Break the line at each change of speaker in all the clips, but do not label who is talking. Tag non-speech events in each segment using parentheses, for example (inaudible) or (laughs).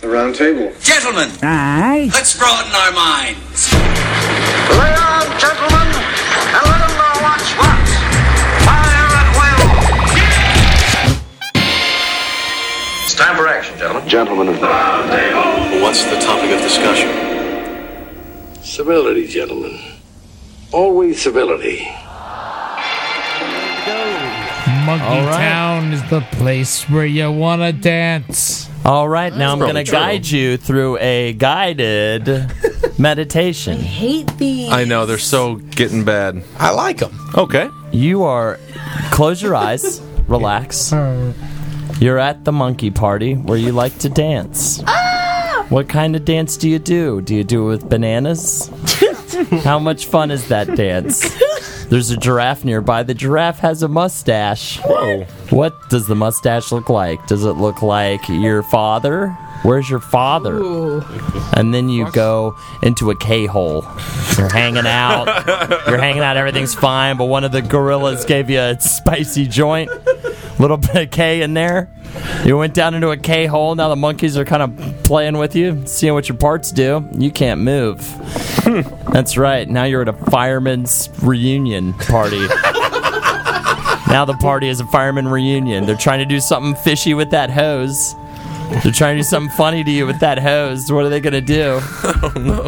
The round table.
Gentlemen,
Aye.
let's broaden our minds.
Lay on, gentlemen, and let 'em know what's what. Fire at will. It's time for action, gentlemen.
Gentlemen of the.
What's the topic of discussion?
Civility, gentlemen. Always civility.
Monkey Town is the place where you want to dance.
All right, now I'm going
probably
to
true.
guide you through a guided (laughs) meditation.
Hate these.
I know they're so getting bad.
I like them.
Okay.
You are. Close your eyes, relax. You're at the monkey party where you like to dance. What kind of dance do you do? Do you do it with bananas? How much fun is that dance? There's a giraffe nearby. The giraffe has a mustache.
Whoa.
What does the mustache look like? Does it look like your father? Where's your father? And then you go into a K hole. You're hanging out. You're hanging out. Everything's fine, but one of the gorillas gave you a spicy joint. Little bit of K in there. You went down into a K hole. Now the monkeys are kind of playing with you, seeing what your parts do. You can't move. That's right. Now you're at a fireman's reunion party. Now the party is a fireman reunion. They're trying to do something fishy with that hose. They're trying to do something funny to you with that hose. What are they gonna do?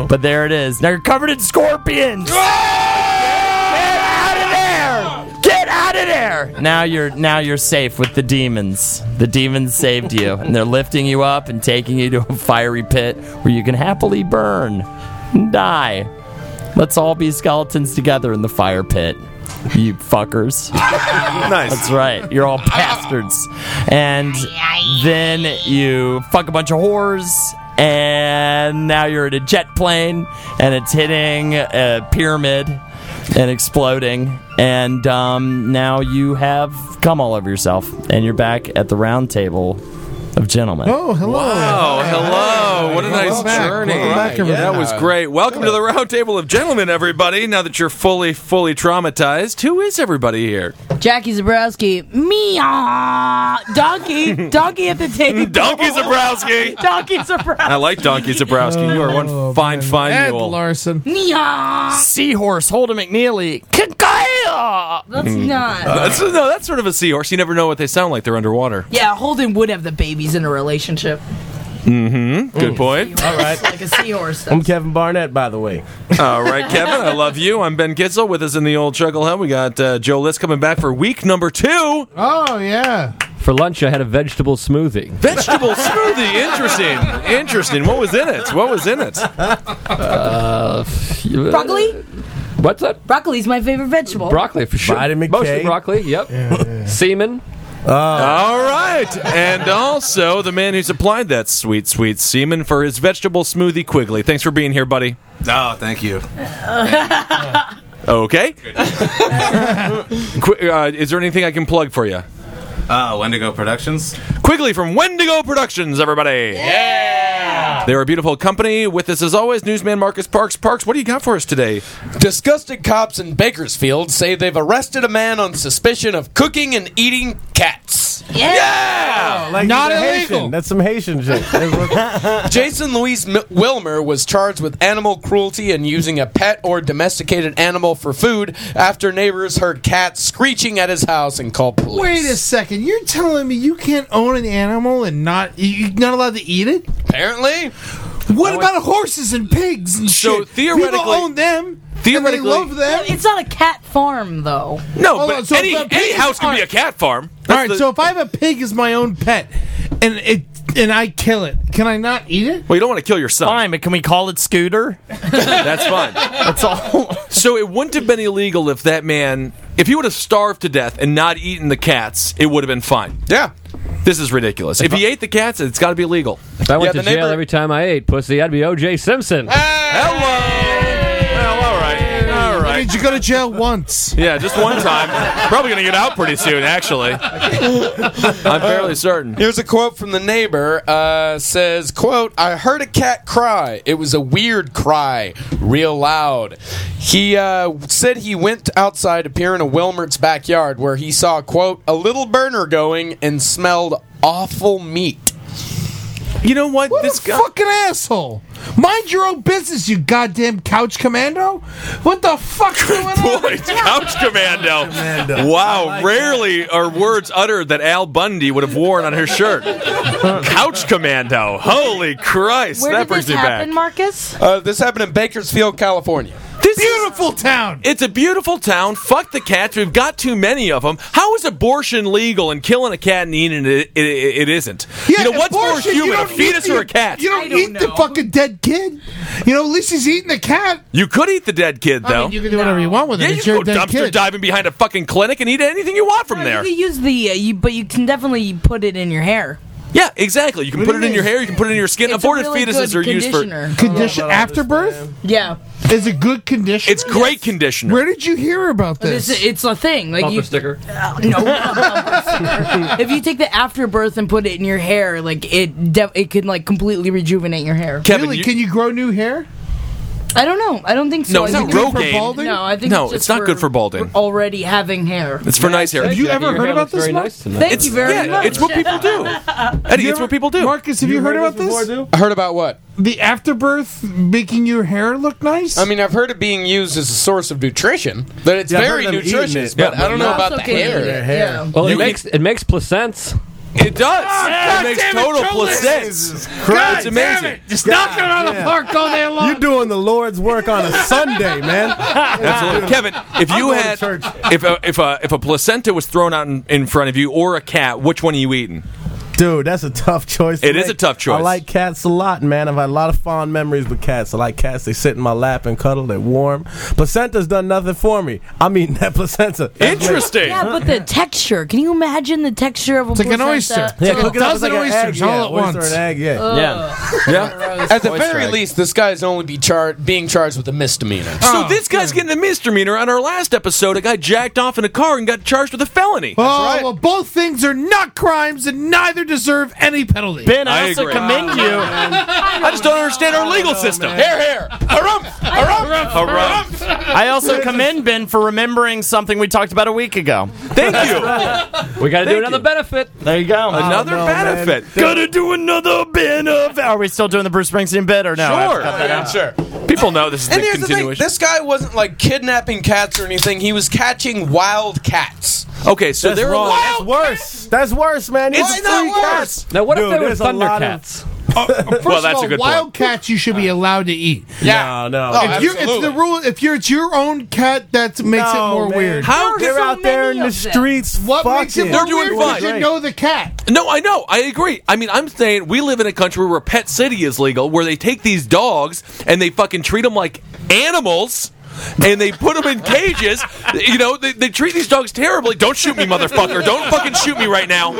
But there it is. Now you're covered in scorpions. Get out of there! Get out of there! Now you're now you're safe with the demons. The demons saved you, and they're lifting you up and taking you to a fiery pit where you can happily burn and die. Let's all be skeletons together in the fire pit. You fuckers.
Nice.
That's right. You're all bastards. And then you fuck a bunch of whores. And now you're at a jet plane, and it's hitting a pyramid and exploding. And um, now you have come all over yourself, and you're back at the round table of gentlemen.
Oh, hello.
Oh, hello. What a
Welcome
nice
back.
journey.
Welcome back, everybody.
That was great. Welcome to the round table of gentlemen, everybody. Now that you're fully, fully traumatized, who is everybody here?
Jackie Zabrowski. Meow. Donkey. Donkey at the table.
(laughs) Donkey Zabrowski.
Donkey Zabrowski.
I like Donkey Zabrowski. You are one fine, fine
Oh, Ed
mule.
Larson.
(laughs) Meow.
Seahorse Holden McNeely. Kakaya!
That's not.
That's, no, that's sort of a seahorse. You never know what they sound like. They're underwater.
yeah, Holden would have the babies in a relationship.
Good point.
All right. like a seahorse.
Um,
I'm Kevin Barnett, by the way.
All right, Kevin, I love you. I'm Ben Kitzel. With us in the old Chuckle Hut, we got uh, Joe List coming back for week number two.
Oh, yeah.
For lunch, I had a vegetable smoothie.
Vegetable smoothie. Interesting. Interesting. What was in it? What was in it?
Broccoli?
What's that?
Broccoli's my favorite vegetable.
Broccoli for sure.
Vitamin K.
Mostly broccoli. Yep. Semen.
All right. And also the man who supplied that sweet, sweet semen for his vegetable smoothie, Quigley. Thanks for being here, buddy.
Oh, thank you.
Okay. Qu- uh, is there anything I can plug for you?
Uh, Wendigo Productions.
Quigley from Wendigo Productions, everybody. Yeah. They're a beautiful company. With us, as always, newsman Marcus Parks. Parks, what do you got for us today?
Disgusted cops in Bakersfield say they've arrested a man on suspicion of cooking and eating
(laughs)
cats.
Not illegal.
That's some Haitian shit.
Jason Louise M- Wilmer was charged with animal cruelty and using a pet or domesticated animal for food after neighbors heard cats screeching at his house and called police.
Wait a second. You're telling me you can't own an animal and not you- you're not allowed to eat it?
Apparently,
What about horses and pigs and
So
shit?
theoretically-
people own them.
Theoretically-
and they love them.
It's not a cat farm, though.
No,
Hold
but
on, so
any,
if the
any
pig-
house can be a cat farm.
All
That's
right,
the-
so if I have a pig as my own pet, and it and I kill it, can I not eat it?
well, you don't want to kill your son.
Fine, but can we call it Scooter?
That's
(laughs)
fine.
That's all.
so it wouldn't have been illegal if that man, if he would have starved to death and not eaten the cats, it would have been fine.
yeah.
This is ridiculous. If he ate the cats, it's got to be illegal.
If I went to
Yeah, the
jail
neighbor- Ah!
every time I ate pussy, I'd be O.J. Simpson.
Hello. Well, all right. All right.
Did you go to jail once?
Yeah, just one time. Probably going to get out pretty soon, actually. I'm fairly certain.
Here's a quote from the neighbor. Uh, says, "quote I heard a cat cry. It was a weird cry, real loud." He uh, said he went outside to peer into Wilmert's backyard, where he saw quote a little burner going and smelled awful meat.
You know what?
What
this
a
guy.
fucking asshole! Mind your own business, you goddamn couch commando! What the fuck's going on?
(laughs) Boy, Couch Commando.
Commando.
Wow, rarely are words uttered that Al Bundy would have worn on his shirt. Couch Commando. Holy Christ,
Where
that
did
brings
this
me
happen,
back.
Marcus?
Uh, this happened in Bakersfield, California.
This is-
Beautiful town.
it's a beautiful town. Fuck the cats. We've got too many of them. How is abortion legal and killing a cat and eating it, it, it isn't? you know, what's
abortion,
more
you
human, a
don't
fetus
eat
or
the-
a cat?
You
You,
don't,
I don't
eat the
know.
fucking dead kid. You know, at least he's eating the cat.
could eat the dead kid, though.
I mean, you can do whatever you want with it.
yeah, you
it's
can
your
go
dead
dumpster
kid.
diving behind a fucking clinic and eat anything you want from
Well,
there.
Oh, You can use the, uh, you, but you can definitely put it in your hair.
Yeah, exactly. You can put it in your hair. You can put it in your skin.
It's
Aborted
a really
fetuses
good
are used for.
conditioner.
Condition after birth
Yeah,
is a good condition.
It's great conditioner.
Where did you hear about
it's,
this?
it's a thing. Like
Bumper
you,
sticker.
if you take the afterbirth and put it in your hair, like it, de- it can like completely rejuvenate your hair.
Kevin,
really?
you-
Can you grow new hair?
I don't know. I don't think so.
No,
I
it's
think
not
it's-
for
Rogaine.
balding?
No, I think
No,
it's, just
it's not good for balding.
Already having hair.
It's for nice hair.
Have you ever heard about this, Mark?
Thank you very
yeah,
much.
it's what people do. Eddie, it's what people do.
Marcus, have you, heard, about this?
I heard about what?
The afterbirth making your hair look nice?
I mean, I've heard it being used as a source of nutrition, that it's
Yeah, I've
very
heard of them eating
nutritious,
it,
but
but
I don't know
You
about
also
the
can eat
hair.
it, yeah.
Well,
You-
it makes it makes placenta.
It does. it makes
damn it,
total
Ah, Joe
placenta.
God
It's amazing.
Damn it. Just knock it out of the
yeah.
park all day long.
You're doing the Lord's work on a Sunday, man.
Absolutely, Kevin. If you
going to
had,
church.
if a, if a if a placenta was thrown out in, in front of you or a cat, which one are you eating?
Dude, that's a tough choice. to
It is
make.
a tough choice.
I like cats a lot, man. I've had a lot of fond memories with cats. I like cats. They sit in my lap and cuddle. They're warm. Placenta's done nothing for me. I'm eating that placenta. That's me.
Interesting.
Yeah, but the texture. Can you imagine the texture of a
like an oyster.
Yeah,
Ugh.
cook it up. It's
Dozen
like an egg,
oysters all
yeah,
at
oyster
once.
and egg, yeah.
Yeah.
At the very least, this guy's only be char- being charged with a misdemeanor.
So this guy's getting a misdemeanor. On our last episode, a guy jacked off in a car and got charged with a felony.
oh,
right.
well, both things are not crimes and neither deserve any penalty.
Ben,
I
I also
(laughs) agree.
commend you.
I just don't understand our legal system.
Hair, hair, harumph, harumph.
All right.
I also commend Ben for remembering something we talked about a week ago.
Thank you.
We got to do
Thank
another
you.
benefit.
There you go.
Another
no, man.
benefit.
Gotta do another benefit. Are we still doing the Bruce Springsteen bit or no? I have to
Sure.
cut that out.
Sure.
People know this is
And
the
here's the
continuation.
thing: this guy wasn't like kidnapping cats or anything. He was catching wild cats.
okay, so
That's
there
wrong.
are
That's worse. That's worse, man.
It's
It's
not
free
worse.
cats.
Now, what
Dude,
if they were
there's a lot of-
thundercats?
First
Well,
of
that's
all,
a good point.
wildcats you should be allowed to eat.
No,
Yeah.
no.
Oh,
If you're, it's
absolutely.
the rule. If you're, it's your own cat that makes
No,
it more
man.
weird.
How
They're
so
out there in
many
the
of them?
streets.
What makes it
fucking-
They're
more weird?
doing
Because
fine.
You know the cat.
No, I know. I agree. I mean, I'm saying we live in a country where pet city is legal, where they take these dogs and they fucking treat them like animals. And they put them in cages. (laughs) You know, they, they treat these dogs terribly. Don't shoot me, motherfucker. Don't fucking shoot me right now.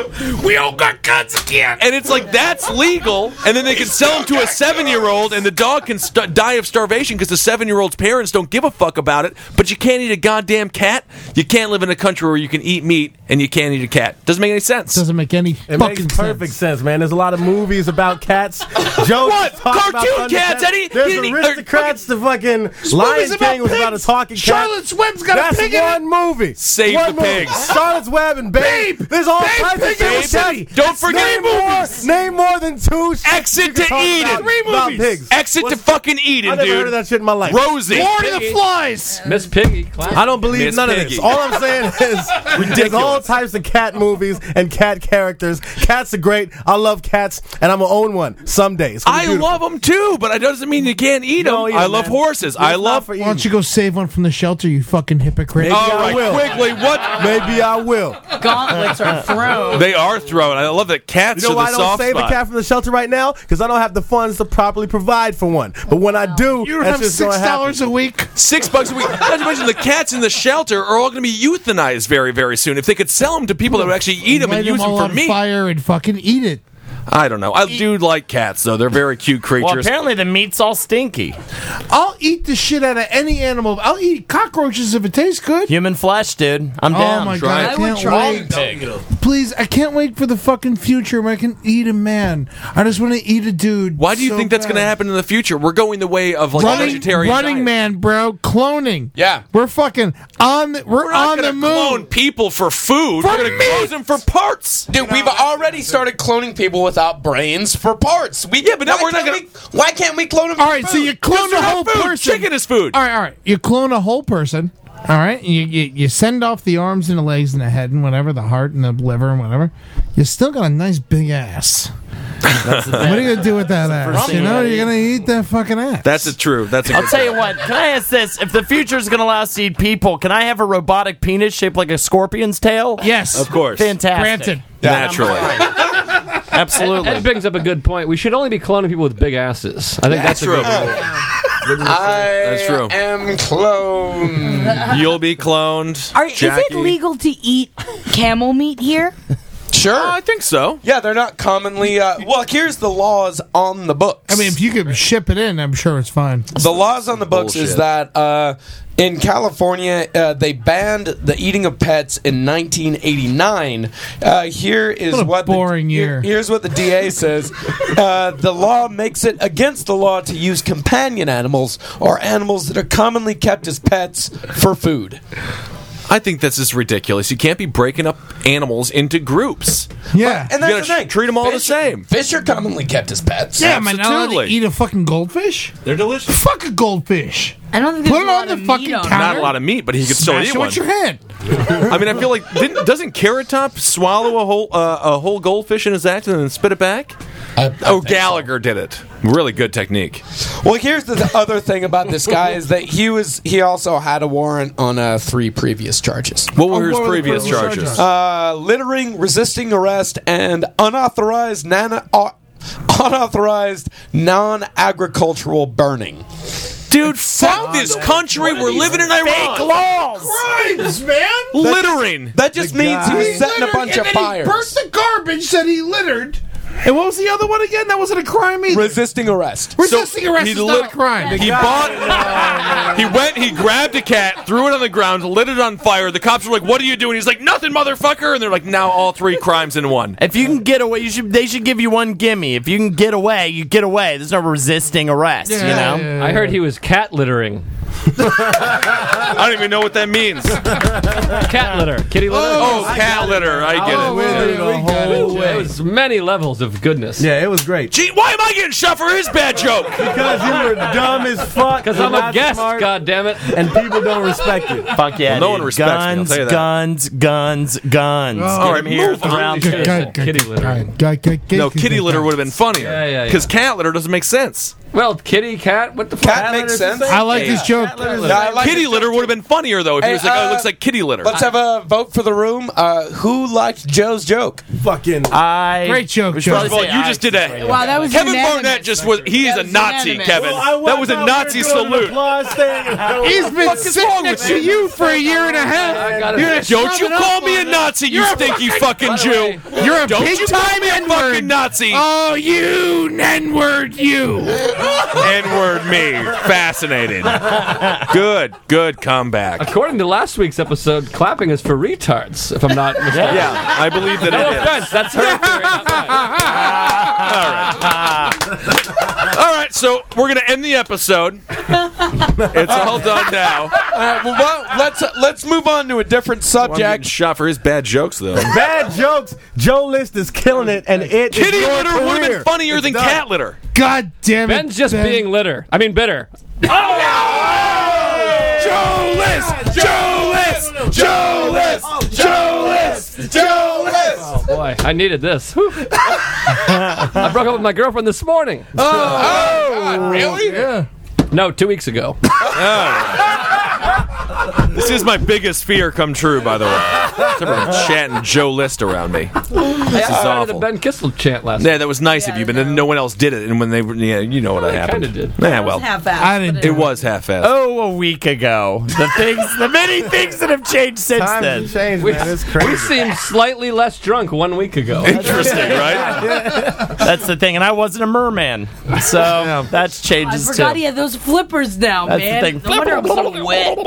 We all got guns again.
And it's like, that's legal. And then they can sell them to a seven year old, and the dog can st- die of starvation because the seven year old's parents don't give a fuck about it. But you can't eat a goddamn cat. You can't live in a country where you can eat meat and you can't eat a cat. Doesn't make any sense.
Doesn't make any
It
fucking
makes perfect sense.
sense.
man. There's a lot of movies about cats.
(laughs)
Joe
What? Cartoon cats, Eddie?
There's
He- he-
aristocrats. The fucking Lion King
movie's about
was about a
pigs.
talking cat.
Charlotte's Web's got a
That's
pig in
one movie.
Save
one
the
movie.
pigs.
Charlotte's Web and Babe.
Babe.
There's all
Babe,
types of
Pig in the
things.
City.
Don't forget
name
movies.
More, name more than two. sh-
Exit
you can
to
talk
Eden.
About,
Three
about
movies.
pigs.
Exit to fucking Eden,
I never
dude.
heard of that shit in my life.
Rosie.
Lord of the Flies.
Miss Piggy. Class.
I don't believe
Miss
none of
Piggy.
this. All I'm saying is there's all types of cat movies and cat characters. Cats are great. I love cats, and I'm gonna own one someday. It's gonna be
I
beautiful.
love them too, but it doesn't mean you can't eat them.
No, eat
I
'em,
love
man.
horses. I
It's
love.
not for
Why don't
eating.
you go save one from the shelter, you fucking hypocrite?
Maybe
All
I
right,
will.
quickly, what?
Maybe I will.
Gauntlets are thrown.
They are thrown. I love that cats
You know
are
why I
the
don't
soft
save
spot.
a cat from the shelter right now? Because I don't have the funds to properly provide for one. But when I do,
You don't
that's
have
just gonna
six
happen.
dollars a week.
Six
(laughs)
bucks a week. Not to mention the cats in the shelter are all going to be euthanized very, very soon. If they could sell them to people that would actually eat them
Light
and
'em
use them
all
for
on
meat,
fire and fucking eat it.
I don't know. I
E
do like cats though; they're very cute
Well,
creatures.
apparently the meat's all stinky.
I'll eat the shit out of any animal. I'll eat cockroaches if it tastes good.
Human flesh, dude. I'm
Oh
down.
my
Try
god! I
it.
I would
can't
try
wait.
it.
Please, I can't wait for the fucking future when I can eat a man. I just want to eat a dude.
why do you
so
think that's going to
bad.
happen in the future? We're going the way of like
Running,
vegetarian.
running
diet.
man, bro. Cloning.
Yeah.
We're fucking. on the, we're,
not
on the
gonna
moon.
clone people for food. We're gonna clone them for parts.
Dude, we've already started cloning people without brains for parts. We yeah, but now we're not gonna. why can't we clone them?
All right, so you clone a whole person.
Chicken is food.
All right, all right. You clone a whole person. All right, you, you you send off the arms and the legs and the head and whatever, the heart and the liver and whatever. You still got a nice big ass.
That's the
What are you gonna do with that
That's the first
ass?
thing
You
you
know,
gotta
you're gonna eat that fucking ass.
That's a true. That's a
I'll
good
tell you what. Can I ask this? If the future is going to allow us to eat people, can I have a robotic penis shaped like a scorpion's tail?
Yes,
Of course.
Fantastic.
Granted.
Naturally.
Absolutely.
That brings up a good point. We should only be cloning people with big asses. I think that's,
That's
a good
true. That's true.
am clone.
You'll be cloned.
Are, is it legal to eat camel meat here?
Sure.
I think so.
Yeah, they're not commonly. Uh, well, here's the laws on the books.
I mean, if you could ship it in, I'm sure it's fine.
the laws on the books is
Bullshit.
that uh, in California uh, they banned the eating of pets in 1989. Uh, here is
What
what,
a boring
the,
year.
Here's what
(laughs)
the DA says: uh, the law makes it against the law to use companion animals or animals that are commonly kept as pets for food.
I think this is ridiculous. You can't be breaking up animals into groups.
Yeah,
And
You
that's
gotta
the thing.
treat 'em all the
Fish-
same.
Fish are commonly kept as pets.
yeah. Am I not allowed to
absolutely.
eat a fucking goldfish?
They're delicious.
Fuck a goldfish.
I don't think
Put
there's
it
a lot
on the
of meat
fucking
on it.
counter.
Not a lot of meat, but he could still
Smash
eat
it
one.
with your hand.
I mean, I feel like didn't, doesn't Carrot Top swallow a whole uh, a whole goldfish in his act and then spit it back? oh, Gallagher did it. Really good technique.
Well, here's the other thing about this guy is that he was he also had a warrant on uh, three previous charges.
What were his
what were Oh, the
previous
previous
charges?
charges?
Uh, littering, resisting arrest, and unauthorized nana, au- unauthorized non-agricultural burning.
Dude, fuck this country. We're living in
Fake
Iran.
laws.
Crimes, man.
Littering.
That just means he was setting a bunch of fires.
the garbage that he littered. And what was the other one again? That wasn't a crime either.
Resisting arrest.
Resisting arrest
he
is
lit-
not a crime.
He bought. he went. He grabbed a cat, threw it on the ground, lit it on fire. The cops were like, "What are you doing?" He's like, "Nothing, motherfucker." And they're like, "Now all three crimes in one."
If you can get away, you should. They should give you one gimme. If you can get away, you get away. There's no resisting arrest.
Yeah.
You know.
I heard he was cat littering.
I don't even know what that means.
(laughs) Cat litter. Kitty litter.
Oh, cat litter. I get
Oh,
it.
There was many levels of goodness.
Yeah, it was great.
Gee, why am I getting shot for his bad joke?
Because you were dumb as fuck.
Because I'm
you're
a
not
guest,
smart,
God damn it.
and people don't respect you.
Fuck yeah.
Well, no
dude.
one respects me, I'll
guns,
tell you that.
guns, guns, guns.
Oh,
Get
all
right,
him here.
move
Throw
on.
around
Good,
shit.
said kitty litter.
No, kitty litter would have been funnier.
Yeah, yeah, yeah.
Because cat litter doesn't make sense.
Well, kitty, cat, what the
Cat
fuck?
makes sense.
I like this joke.
Yeah, I like
kitty
it.
litter would have been funnier though if he
Hey,
was like, "Oh, it
uh,
looks like kitty litter."
Let's have a vote for the room. Uh, who liked Joe's joke?
Fucking.
I
Great joke,
we should
Joe.
probably
First of all,
say
you
I-
just did a.
Wow, that was
Kevin
unanimous.
Barnett just was. He is
That
a
was
Nazi,
unanimous.
Kevin.
Well,
that was a Nazi salute. (laughs)
He's been sitting next to you for a year and a half.
I got
You're
it.
a
Don't you
Shove it
call
up
me a
on it.
Nazi, you
You're a
stinky
fucking-
fucking
by the
Jew!
way,
You're a
Don't
big
you call
time
me a
N-word.
fucking Nazi!
Oh, you N-word, you.
N-word me. Fascinated. Good,
(laughs)
good comeback.
According to last week's episode, clapping is for retards, if I'm not mistaken.
Yeah, I believe that
No
it is.
offense, that's her theory.
All right, so we're gonna end the episode. It's all done now.
Uh, well, well, let's let's move on to a different
I'm getting
subject.
shot for his bad jokes though.
(laughs) Bad jokes. Joe List is killing it, and it.
Kitty
is your
litter would have
career.
been funnier than
done.
cat litter. Oh,
God damn it.
Ben's just
Ben.
being litter. I mean, bitter.
Joe List! Joe List! Joe List! Joe List! Joe List!
Boy, I needed this. (laughs) Whew. I broke up with my girlfriend this morning.
Oh,
Really?
No, two weeks
(laughs)
ago.
Oh. This is my biggest fear come true, by the way. Everyone chatting Joe List around me. This is
Uh,
I did a
awful.
Ben Kissel chant last night.
Yeah, that was nice of you, but then no one else did it. And when they, were- yeah, you know what
I
happened.
kinda did.
Yeah, well,
I didn't.
it was half-assed.
Oh, a week ago. The things, the many things that have changed since then.
Times have changed,
We,
man. It's
we
crazy.
seemed slightly less drunk one week
(laughs)
ago.
(laughs) Interesting, Oh, right?
That's the thing. And I wasn't a merman, so that's
I
changes
forgot
too.
he had those flippers now,
That's the
man.
thing.
No wonder I'm so wet.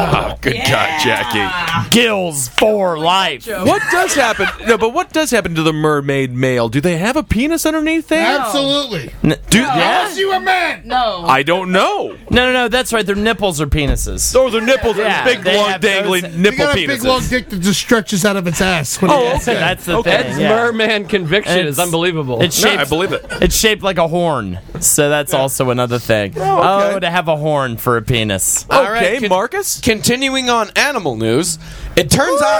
Oh Good God, Jackie.
Ah. Gills for life.
What does happen? No, but what does happen to the mermaid male? Do they have a penis underneath there?
Absolutely.
N- Do
Unless you a man.
No.
I don't know.
No, no, no. That's right. Their nipples are penises.
Those are nipples. big, long, dangling
You got a big long dick that just stretches out of its ass.
Oh,
when it gets there.
that's the
Okay.
thing.
Ed's
yeah.
merman conviction
It's-
is unbelievable.
It's shaped, it. It's shaped like a horn, so that's also another thing.
Oh, okay.
to have a horn for a penis.
All right, Marcus. Continuing on animal news, it turns out.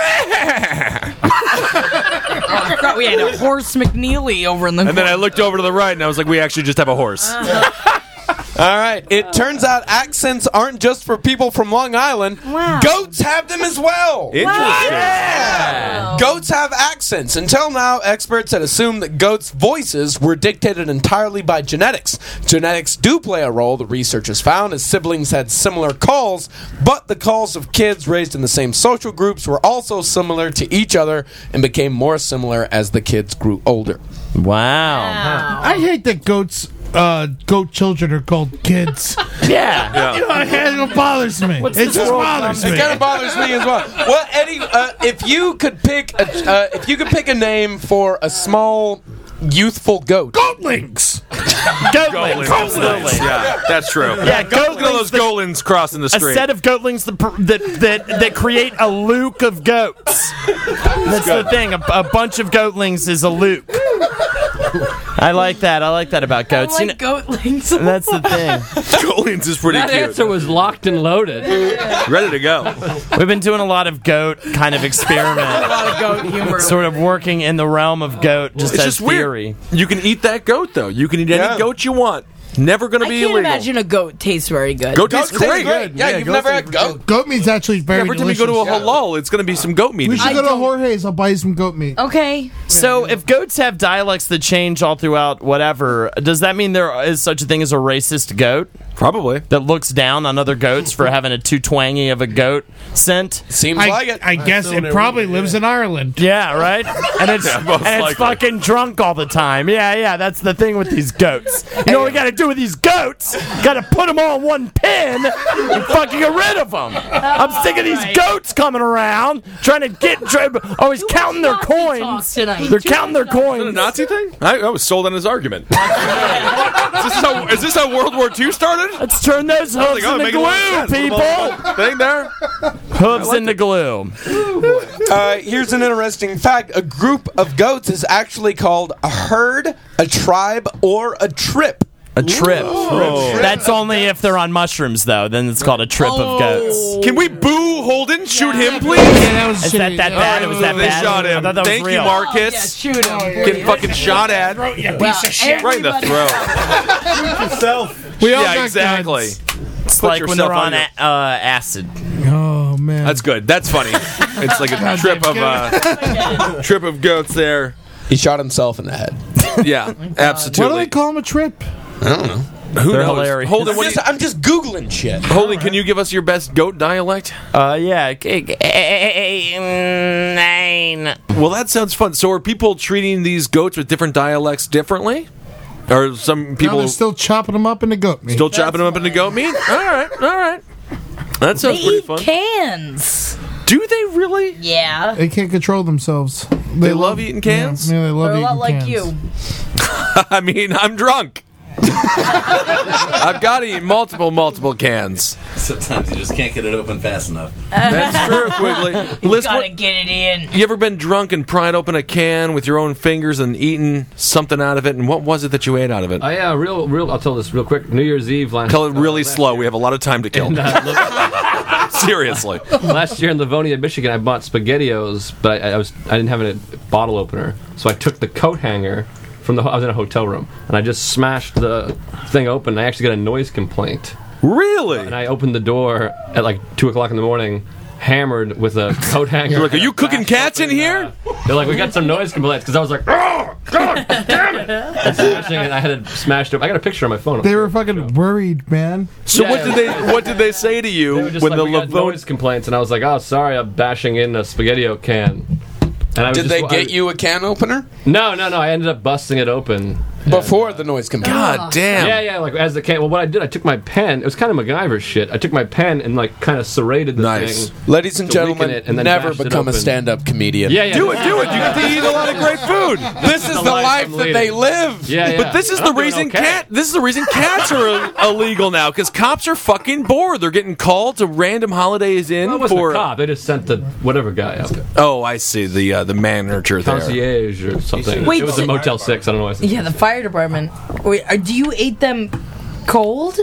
I forgot we had a horse McNeely over in the.
And then I looked over to the right and I was like, we actually just have a horse.
All right, it turns out accents aren't just for people from Long Island. Goats have them as well.
Interesting.
Goats have accents. Until now, experts had assumed that goats' voices were dictated entirely by genetics. Genetics do play a role, the researchers found, as siblings had similar calls, but the calls of kids raised in the same social groups were also similar to each other and became more similar as the kids grew older.
Wow.
I hate that goats. Uh, goat children are called kids.
Yeah.
You know, I hate- it bothers me.
What's
it
this
just
world
bothers me.
It kind of bothers me as well. Well, Eddie, uh, if you could pick, a, uh, if you could pick a name for a small, youthful goat,
goatlings.
Goatlings. Absolutely.
Yeah, that's true.
Yeah,
Look at all
goatlings
those
that-
goatlings crossing the
A
street.
set of goatlings that, pr- that that that create a luke of goats. That's the thing. A, a bunch of goatlings is a luke. I like that. I like that about goats. you know,
goatlings.
That's the thing.
(laughs) goatlings is pretty
That
cute.
answer was locked and loaded.
Ready to go.
We've been doing a lot of goat kind of experiment, (laughs)
lot of goat humor.
sort of working in the realm of goat, just
It's
as
just
theory.
weird. You can eat that goat though. You can eat any
Yeah.
goat you want. Never going
I
to be
can't
illegal.
imagine a goat tastes very good.
Goat tastes great.
Yeah, you've never had goat.
Goat meat's actually very
Every time you
delicious.
go to a halal, it's going to be some goat meat.
we should
I
go to
don't- Oh,
Jorge's. I'll buy you some goat meat.
Okay.
So, if goats have dialects that change all throughout whatever, does that mean there is such a thing as a racist goat
Probably.
that looks down on other goats for having a too twangy of a goat scent?
Seems
I,
like it.
I guess it probably lives in Ireland.
Yeah, right. And (laughs) it's
most
and
likely.
it's fucking drunk all the time. Yeah, yeah. That's the thing with these goats. You know what we got to do with these goats? Got to put them all in one pen and fucking get rid of them. I'm sick of these goats coming around trying to get dri- always counting their
Nazi talk
coins.
tonight.
They're counting their
Is that a
coins.
Nazi thing? I, I was sold on his argument. (laughs) is, this how, is this how World War II started?
Let's turn those
Like,
hooves
oh, it
into
makes a lot of
glue,
sense.
people.
Thing there.
Hooves into glue.
Uh, here's an interesting fact: a group of goats is actually called a herd, a tribe, or a trip.
A trip.
Oh.
That's only if they're on mushrooms, though. Then it's called a trip of goats.
Can we boo Holden? Shoot him,
Yeah,
please.
that was
Is that
shitty.
that bad? It was that
They
bad.
shot
I
him.
thought that was
Thank you,
real.
Oh, Yeah,
Marcus.
shoot him.
Getting fucking shot at.
Piece of shit.
Right in the throat.
We all
Yeah,
got
exactly.
guns.
It's like when
yourself
they're
on
on
your-
a- uh, acid.
Oh man,
That's good. That's funny. It's
(laughs)
like a trip of uh, trip of goats there.
He shot himself in the head.
(laughs)
Yeah,
why do they
absolutely.
call him a trip?
Who
They're
knows?
hilarious.
Holden,
I'm
what do
just,
you,
I'm just googling shit.
Holden, can you give us your best goat dialect?
Uh, yeah. k- k- Nine.
Well, that sounds fun. So, are people treating these goats with different dialects differently? Are some
People
people
are still
still,
chopping them up into goat meat.
chopping them up into goat meat? All right, all right. That
They
sounds pretty
eat
fun.
cans.
Do they really?
Yeah.
they can't control themselves. They,
love eating cans?
Yeah, yeah, they love
They're a
eating
lot like
cans.
you.
(laughs)
I mean, I'm drunk. I've got to eat multiple, multiple cans.
Sometimes you just can't get it open fast enough.
(laughs)
That's true, Quigley. Liz, what,
get it in.
you ever been drunk and prying open a can with your own fingers and eaten something out of it? And what was it that you ate out of it?
I uh, real, real. I'll tell this real quick. New Year's Eve last.
Tell it
(laughs)
really
uh, last
slow.
year.
We have a lot of time to kill.
And, uh, look,
(laughs) Seriously.
last year in Livonia, Michigan, I bought SpaghettiOs, but I, I was I didn't have a bottle opener, so I took the coat hanger from the. ho- I was in a hotel room, and I just smashed the thing open. And I actually got a noise complaint,
Really?
and I opened the door at like two o'clock in the morning, hammered with a coat hanger.
You're like,
(laughs)
are you cooking cats in here?
They're like, we got some noise complaints because I was like, oh, god damn it! And smashing it, and I had it smashed up. I got a picture on my phone.
They were fucking worried, man.
So
Yeah,
what did they what did they say to you
They were just
when
like,
the
we got
Lavon
noise complaints, and I was like, oh, sorry, I'm bashing in a SpaghettiO can. And I was just-
Did they
I-
get you a can opener?
No, no, no. I ended up busting it open.
Before the noise complaint.
God damn.
Yeah, yeah. Like as the can. Well, what I did, I took my pen. It was kind of MacGyver shit. I took my pen and like kind of serrated the
Nice.
thing.
Ladies and
to weaken
gentlemen,
it, and then
never
bashed it
become a
open.
stand up comedian.
Yeah, yeah.
Do it, do it. You get to eat a lot of great food.
This is the life
I'm
that
leading.
they live.
Yeah, yeah.
But this is
And
the
I'm doing
reason
okay.
cat. This is the reason cats
(laughs)
are Ill- illegal now because cops are fucking bored. They're getting called to random holidays in
It wasn't
for.
a cop. They just sent the whatever guy up.
Oh, I see the uh, the manager there.
Concierge or something.
Wait,
it was
so-
a Motel 6. I don't know why I said
Yeah, the fire department. Wait, are, do you eat them cold?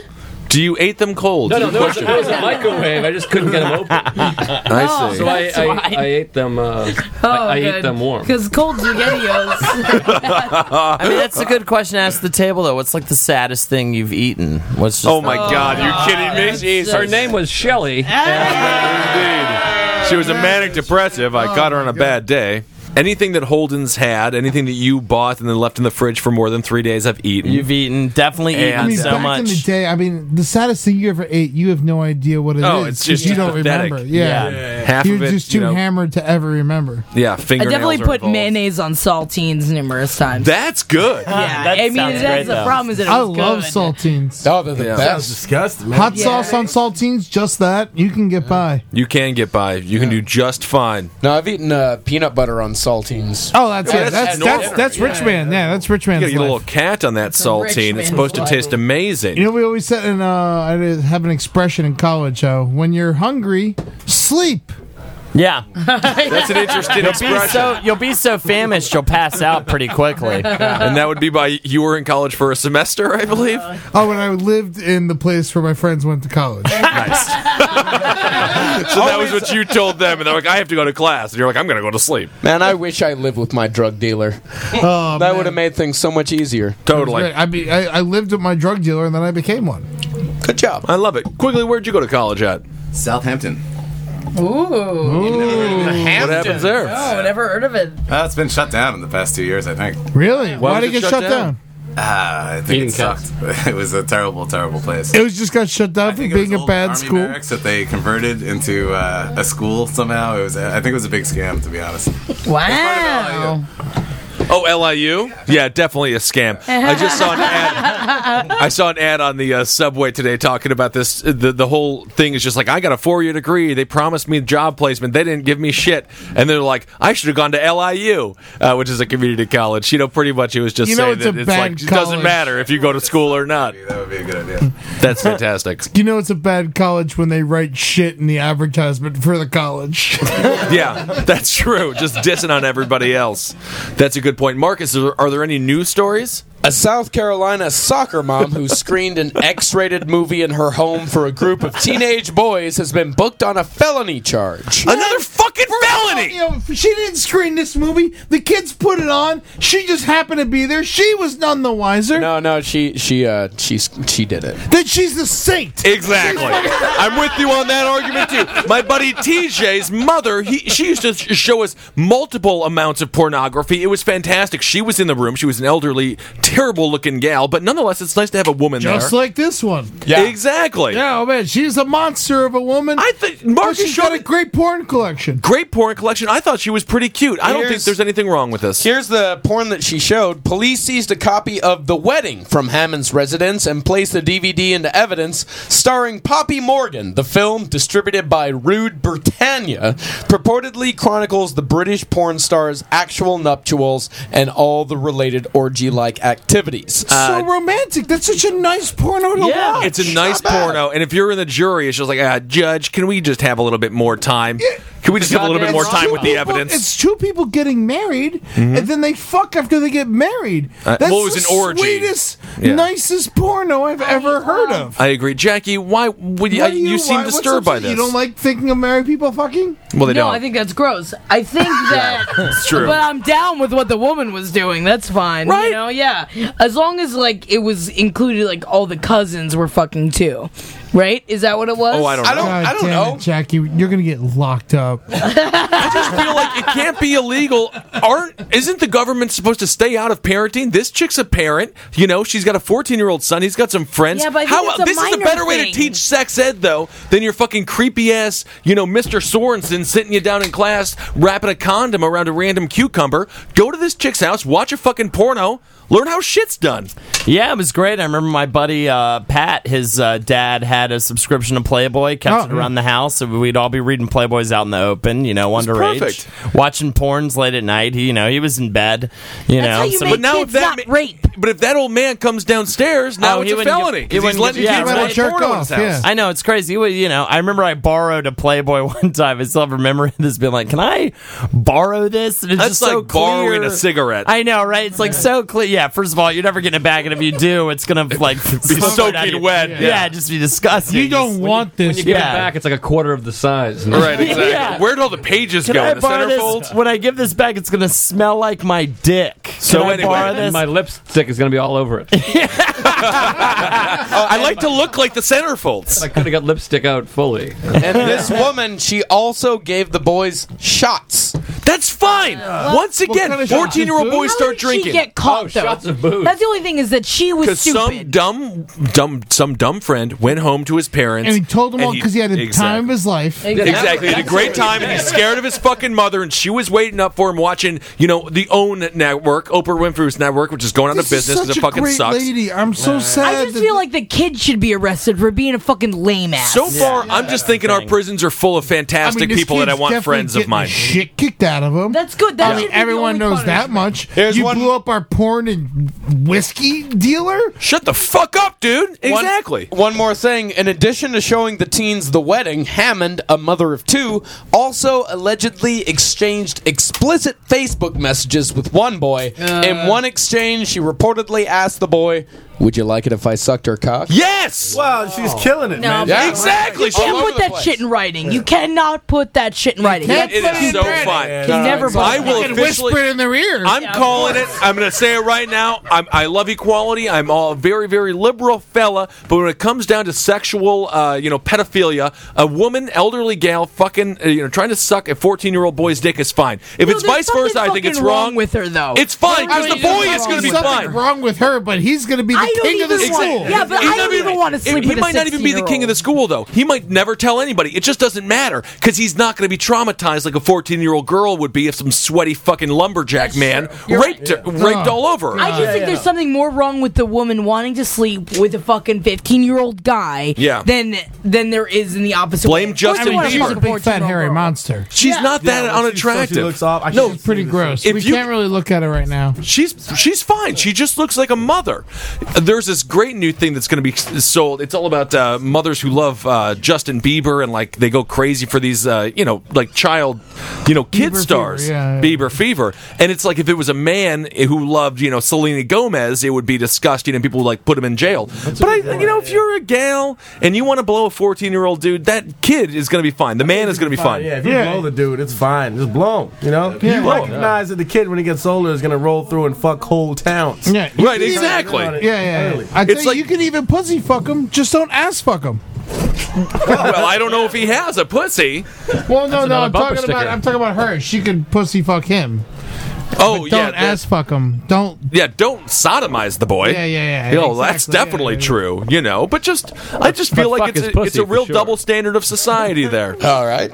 Do you ate them cold?
No, no, there was,
Question.
there was a microwave. I just couldn't get them (laughs) open.
I see.
So I,
that's
I,
why.
I ate them. Uh,
Oh,
I, I ate them warm.
Because cold
(laughs)
spaghettios.
I mean, that's a good question to ask the table, though. What's like the saddest thing you've eaten? What's just
Oh my God! You kidding me?
Her name was Shelly.
Indeed. She was a manic depressive. I caught her on a bad day. Anything that Holden's had, anything that you bought and then left in the fridge for more than three days, I've eaten.
You've eaten, definitely
And-
I
eaten
mean,
so
back in the
much.
day, I mean, the saddest thing you ever ate, you have no idea what it is.
Oh, it's
'cause
just
you don't
pathetic.
remember. Yeah,
Half
you're
of it,
just too
you know,
hammered to ever remember.
yeah,
I
fingernails.
definitely
are
put
involved.
mayonnaise on saltines numerous times.
That's good.
yeah,
that
I mean
sounds
that's
great,
the
though.
problem is that it
I
was
love
good.
saltines.
Oh, they're the
Yeah.
Sounds
best.
disgusting, man.
Hot
Yeah.
sauce on saltines, just that you can get by.
You can get by. You can do just fine.
No, I've eaten uh, peanut butter on saltines.
Oh, that's
Yeah,
it.
that's
That's
normal.
that's, that's rich man. Yeah, that's rich
You
man's
gotta get a little
life.
cat on that
a rich
saltine. It's
man's
supposed to
life.
taste amazing.
You know, we always said, and uh, I did have an expression in college: uh, when you're hungry, sleep.
Yeah.
That's
(laughs)
an interesting
Be
expression.
so, you'll be so famished, you'll pass out pretty quickly.
(laughs) and that would be by you were in college for a semester, I believe.
Uh,
Oh, when I lived in the place where my friends went to (laughs) college.
So that was what you told them, and they're like, "I have to go to class," and you're like, "I'm gonna go to sleep."
Man, I (laughs) wish I lived with my drug dealer.
Oh,
That
man.
would have made things so much easier.
Totally,
I, be, I I lived with my drug dealer, and then I became one.
Good job.
I love it. Quickly, where'd you go to college at?
Southampton.
Ooh,
What happens there?
oh, never heard of it.
Uh, it's been shut down in the past two years, I think.
Really? Why,
was
did it get shut down?
Uh, I think
Eating
it sucked. (laughs) it was a terrible, terrible place.
It was just got shut down
I
for
think it was
being a
old
bad
army
school.
barracks that they converted into uh, a school somehow. It was, I think, it was a big scam, to be honest.
Wow.
Oh, LIU? Yeah, definitely a scam. I just saw an ad. I saw an ad on the uh, subway today talking about this. The, the whole thing is just like, I got a four year degree. They promised me job placement. They didn't give me shit. And they're like, I should have gone to LIU, uh, which is a community college. You know, pretty much it was just
You know,
saying
it's
that
a
it's
bad
like, it doesn't
college.
matter if you go to school or not.
That would be a good idea.
(laughs)
That's fantastic.
You know it's a bad college when they write shit in the advertisement for the (laughs) college.
yeah, that's true. Just dissing on everybody else. That's a good point. Marcus, are, are there any news stories?
A South Carolina soccer mom who screened (laughs) an X rated movie in her home for a group of teenage boys has been booked on a felony charge.
Another fucking felony!
You know, she didn't screen this movie. The kids put it on. She just happened to be there. She was none the wiser.
No, no, she she uh she she did it.
That she's the saint.
Exactly. I'm with you on that argument too. My buddy TJ's mother, he, she used to sh- show us multiple amounts of pornography. It was fantastic. She was in the room. She was an elderly, terrible-looking gal, but nonetheless, it's nice to have a woman
Just
there.
like this one.
yeah. Exactly.
Yeah, oh man, she's a monster of a woman.
I think
But
Marcus
she's
showed
got
a
a great porn collection.
great porn collection. I thought she was pretty cute. I don't think
Here's-
there's anything wrong with this.
Here's the porn that she showed. Police seized a copy of The Wedding from Hammond's residence and placed the DVD into evidence, starring Poppy Morgan. The film, distributed by Rude Britannia, purportedly chronicles the British porn star's actual nuptials and all the related orgy like activities.
so romantic. That's such a nice porno to
Yeah,
watch.
It's a nice porno, and if you're in the jury, it's just like, ah, judge, can we just have a little bit more time? Can we just have a little bit
Goddamn
more
right.
time
two
with the
people-
evidence?
It's two people getting married, and then they fuck after they get married.
Mm-hmm. Uh,
That's
well, it was
the
an orgy.
sweetest,
Yeah.
nicest porno I've ever heard of.
I agree, Jackie. Why would you?
Why do
you, seem
why- what's
disturbed by
upset?
this.
You don't like thinking of married people fucking?
well, they
no,
don't.
I think that's gross. I (laughs) think that it's
true.
But I'm down with what the woman was doing. That's fine.
Right?
You know, yeah. As long as like it was included like all the cousins were fucking too. Right? Is that what it was?
Oh,
Oh,
God damn it, Jack, you, you're going to get locked
(laughs)
up.
I feel like it can't be illegal. Aren't isn't the government supposed to stay out of parenting? This chick's a parent. You know, she's got a 14 year old son. He's got some friends.
Yeah, but I think it's a
this is a
minor
better way to
thing.
teach sex ed though than your fucking creepy ass, you know, Mr. Sorensen sitting you down in class wrapping a condom around a random cucumber. Go to this chick's house, watch a fucking porno, learn how shit's done.
Yeah, it was great. I remember my buddy uh, Pat, his uh, dad had a subscription to Playboy, kept
Oh,
it around the house. So we'd all be reading Playboys out in the open, you know, underage,
perfect.
watching porns late at night. He, you know, he was in bed. You know, so-
but now if that ma- But if that old man comes downstairs, now
Oh,
it's
he
a
wouldn't
felony.
get-
'cause he's
wouldn't
letting
get-
kids
yeah,
watch
right.
porno in his house.
I know it's crazy. He would- you know, I remember I borrowed a Playboy (laughs) one time. I still have a memory of this being like, "Can I borrow this?" And it's
That's
just
like
so clear.
borrowing a cigarette.
I know, right? It's like so clear. Yeah. First of all, you're never getting it back, and if you do, it's gonna
(laughs)
like be
soaking wet.
Yeah.
Yeah.
just be disgusting. You don't
want
When you get
yeah.
it back, it's like a quarter of the size.
Right, exactly. Yeah.
Where'd all the pages
Can
go?
I
The
borrow this?
centerfolds?
When I give this back, it's gonna smell like my dick.
So
Can I
anyway,
borrow this?
and my lipstick is going to be all over it.
I like to look like the centerfolds.
I could have got lipstick out fully.
and this woman, she also gave the boys shots.
That's fine. Once again, 14-year-old boys
How
start
did
drinking.
She get caught
Oh,
though.
shots of booze.
That's the only thing is that she was
Because
stupid.
some dumb, dumb, some dumb friend went home to his parents,
and he told them all
and
because he had the
exactly.
time of his life.
Exactly, he had a great time, and he's scared of his fucking mother, and she was waiting up for him, watching, you know, the OWN network, Oprah Winfrey's network, which is going out of
This is
business because
such
it
a
fucking
great
sucks.
lady. I'm so sad.
I just feel like the kid should be arrested for being a fucking lame ass.
So far, I'm just thinking our prisons are full of fantastic
I mean, this
people that I
kid's
want
definitely
friends of
getting
mine.
the Shit kicked out of him. That's
good.
That
I
should
mean,
be the
everyone knows that much. you blew up our porn and whiskey dealer.
Shut the fuck up, dude. Exactly.
One, more thing. In addition to showing the teens the wedding, Hammond, a mother of two, also allegedly exchanged explicit Facebook messages with one boy. In one exchange, she reportedly asked the boy, Would you like it if I sucked her cock?
Yes!
Wow, she's
Oh.
killing it,
No,
man.
but-
Exactly.
You can't
All over
put
the
that
place.
shit in writing. You cannot put that shit in writing.
can't It put is it in so writing. fine.
You
Yeah.
never.
No, I will You can officially- whisper
in their ear.
I'm calling it. I'm going to say it right now. I'm, I love equality. I'm all very, very liberal fella. But when it comes down to sexual, uh, you know, pedophilia, a woman, elderly gal, fucking, uh, you know, trying to suck a 14 year old boy's dick is fine. If it's vice versa, I think it's
fucking
wrong.
wrong with her, though.
It's fine because the
There's nothing
boy is going to be
Something
fine.
wrong with her, but he's going to be the
I don't
king of the
even
school.
want- Yeah, but I don't even want to
He
sleep with a
might not even be the king of the school, though. He might never tell anybody. It just doesn't matter because he's not going to be traumatized like a 14 year old girl would be if some sweaty fucking lumberjack man raped her, raped all over. her.
I just think there's something more wrong with the woman wanting to sleep with a fucking 15 year old guy
Yeah.
than than there is in the opposite.
Blame
way. Of course
Justin
you wanna
Bieber.
fuck
She's a big fat hairy monster.
She's not that unattractive. no,
She's pretty gross.
If
we
you-
can't really look at her right now.
She's she's fine. She just looks like a mother. There's this great new thing that's going to be sold. It's all about uh, mothers who love uh, Justin Bieber and like they go crazy for these, uh, you know, like child, you know, kid
Bieber
stars,
fever, yeah, yeah.
Bieber fever. And it's like if it was a man who loved, you know, Selena Gomez, it would be disgusting and people would like put him in jail. but I, you know, if you're a gal and you want to blow a 14 year old dude, that kid is going to be fine. The man is going to be fine.
Yeah, if you blow the dude, it's fine. Just blow him. You know,
Yeah.
you
Blow him.
recognize that the kid when he gets older is gonna roll through and fuck whole towns.
Yeah, you
Right,
can even-
exactly.
Yeah, yeah. yeah. I
It's
think you can even pussy fuck him. Just don't ass fuck him.
well, I don't know if he has a pussy.
Well, no,
That's
no.
another
I'm
bumper
talking about.
sticker.
I'm talking about her. She could pussy fuck him.
Oh,
Don't
yeah. that-
ass fuck him. Don't.
(laughs) Yeah, don't sodomize the boy.
Yeah, yeah, yeah,
You know, that's
exactly, yeah,
definitely true. You know, but just I just
But
feel
fuck
like it's
his
a,
pussy
it's a
for
real
sure.
double standard of society
(laughs)
there.
All right.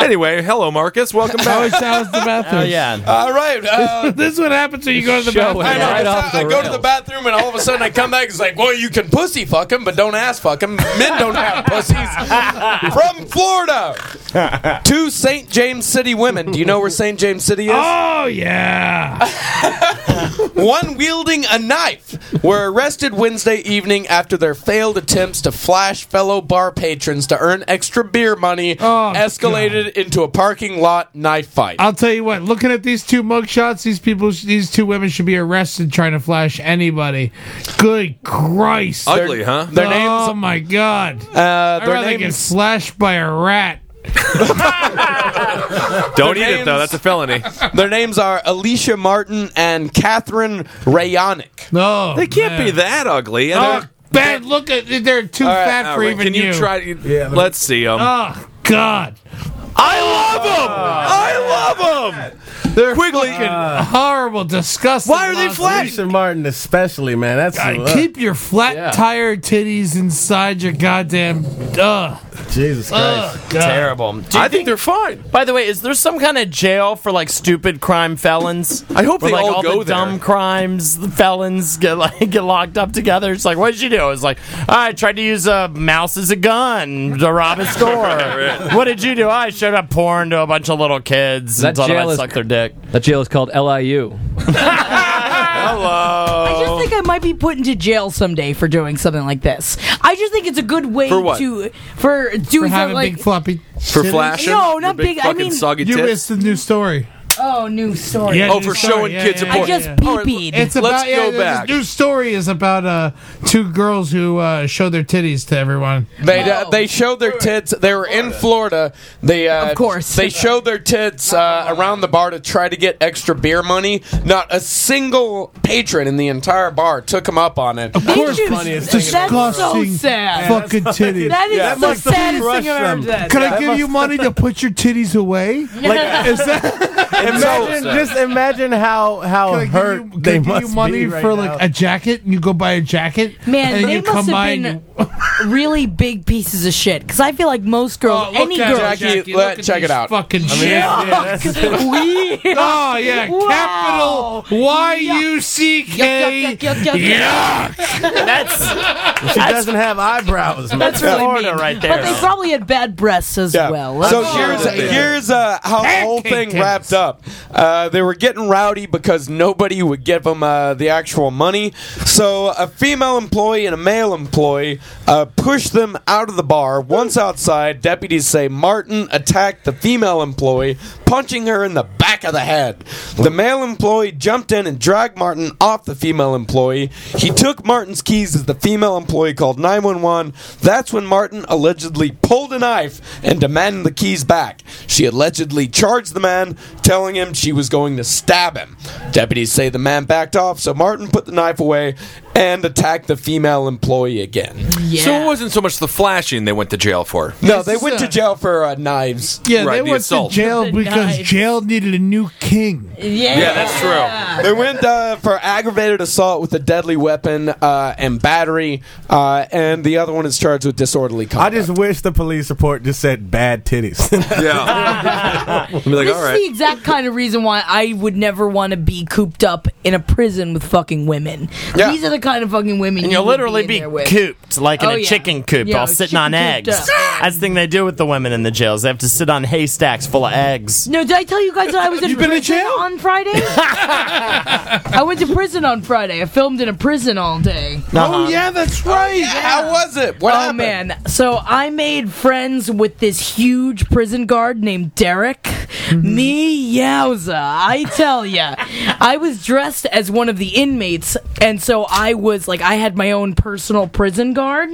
anyway, hello, Marcus. Welcome back.
Always sounds the bathroom.
Oh, yeah. All right, uh,
(laughs) this is what happens when you go to the
Show
bathroom.
it I know, (laughs) right it's- off the I go to the bathroom and all of a sudden I come back. It's like, well, you can pussy fuck him, but don't ass fuck him. Men don't have (laughs) pussies. From Florida, two St. James City women. Do you know where St. James City is?
Oh yeah.
One wielding a knife were arrested Wednesday evening after their failed attempts to flash fellow bar patrons to earn extra beer money escalated into a parking lot knife fight. Uh,
I'll tell you what. Looking at these two mugshots, these people, these two women should be arrested trying to flash anybody. Good Christ!
Ugly, huh?
Their names. Oh my God!
Uh,
I'd rather get slashed by a rat.
Don't
Their
eat it though.
names-
That's a
(laughs)
felony.
Their names are Alicia Martin and Catherine Rayonic.
No,
They can't be that ugly. And
Oh,
they're-
Ben, look at they're too
All right,
fat
all
for
right.
even
Can you try- Yeah, let me- Let's see um, 'em.
Oh God, I love them.
I love them.
They're
Quigley,
uh,
Uh.
horrible, disgusting.
Why are they flat? Lisa Martin, especially, man. That's uh,
God, keep your flat, tired titties inside your goddamn. uh, Ugh.
Jesus
Ugh, God.
Terrible. Do you
I think they're fine.
By the way, is there some kind of jail for like stupid crime felons?
I hope
Where,
they
like,
all go
the
there.
dumb crimes the felons get like (laughs) get locked up together. It's like, what did you do? It's like, "Oh, I tried to use a mouse as a gun to rob a store. (laughs)
Right.
What did you do? "Oh, I showed up porn to a bunch of little kids
That
and told them
jail
I
is-
sucked their dick.
That jail is called LIU.
I just think I might be put into jail someday for doing something like this. I just think it's a good way
For what?
to for
For
doing something
having
like
big floppy.
For flashing?
No,
Your
not
big
big. I
fucking
mean,
soggy
You
tits?
missed the new story.
oh, new story.
Yeah,
oh,
new
for
story.
showing
Yeah,
kids
yeah,
a porn.
I just pee-peed.
It's about
Let's
yeah,
go
this
back.
new story is about uh, two girls who uh, show their titties to everyone.
They uh, they showed their tits. They were in Florida. They uh, of course they showed their tits uh, around the bar to try to get extra beer money. Not a single patron in the entire bar took them up on it. Of
course,
funniest thing in the world.
disgusting
so sad.
fucking
That
titties.
is Yeah, that the must have saddest thing crushed I've ever them. done.
Could I
That
give
must-
you money to put your titties away?
(laughs) Like-
is
(laughs)
that?
imagine, just imagine how how hurt
Could
they
I give
must
you money
be right
for
now.
like a jacket, and you go buy a jacket,
Man,
and
they
you
must
come
have
by
been
and you
(laughs)
Oh,
really big pieces of shit. Because I feel like most girls,
look
any
at
girl,
Jackie, Jackie, let- look at check it these out. fucking I mean, yeah,
Yuck.
that's- (laughs)
Weird.
Oh yeah,
Wow.
capital Y U C K.
Yuck, yuck, yuck, yuck, yuck.
She doesn't have eyebrows. Man.
That's really
Florida
mean.
right
But they probably had bad breasts as well.
So
Oh.
here's here's uh, how the whole thing wrapped up. Uh, they were getting rowdy because nobody would give them uh, the actual money. So a female employee and a male employee uh, pushed them out of the bar. Once outside, deputies say Martin attacked the female employee, punching her in the back of the head. The male employee jumped in and dragged Martin off the female employee. He took Martin's keys as the female employee called 911. That's when Martin allegedly pulled a knife and demanded the keys back. She allegedly charged the man, telling him she was going to stab him. Deputies say the man backed off, so Martin put the knife away and attacked the female employee again.
So it wasn't so much the flashing they went to jail for.
No, they went to jail for uh, knives.
Yeah,
Right,
they
the
went
assault.
to jail
The
because
knife.
jail needed a new king.
Yeah.
true. They went uh, for aggravated assault with a deadly weapon uh, and battery, uh, and the other one is charged with disorderly
I
conduct.
just wish the police report just said bad titties. (laughs)
(laughs)
yeah.
I'd be like,
this is the exact kind of reason why I would never want to be cooped up in a prison with fucking women.
Yeah.
These are the kind of fucking women
And
you
you'll
would
literally
in
be
there with.
cooped, like in
Oh,
a
yeah.
chicken coop,
Yeah,
all sitting on
chicken cooped
eggs.
up.
That's the thing they do with the women in the jails. They have to sit on haystacks full of eggs.
No, did I tell you guys that I was in
You been
prison
in jail? (laughs)
on Friday? I went to prison on Friday. I filmed in a prison all day.
Oh yeah, that's right. How was it? What
oh
happened?
man! So I made friends with this huge prison guard named Derek.
Mm-hmm.
Me yowza! I tell
(laughs)
ya, I was dressed as one of the inmates, and so I was like, I had my own personal prison guard,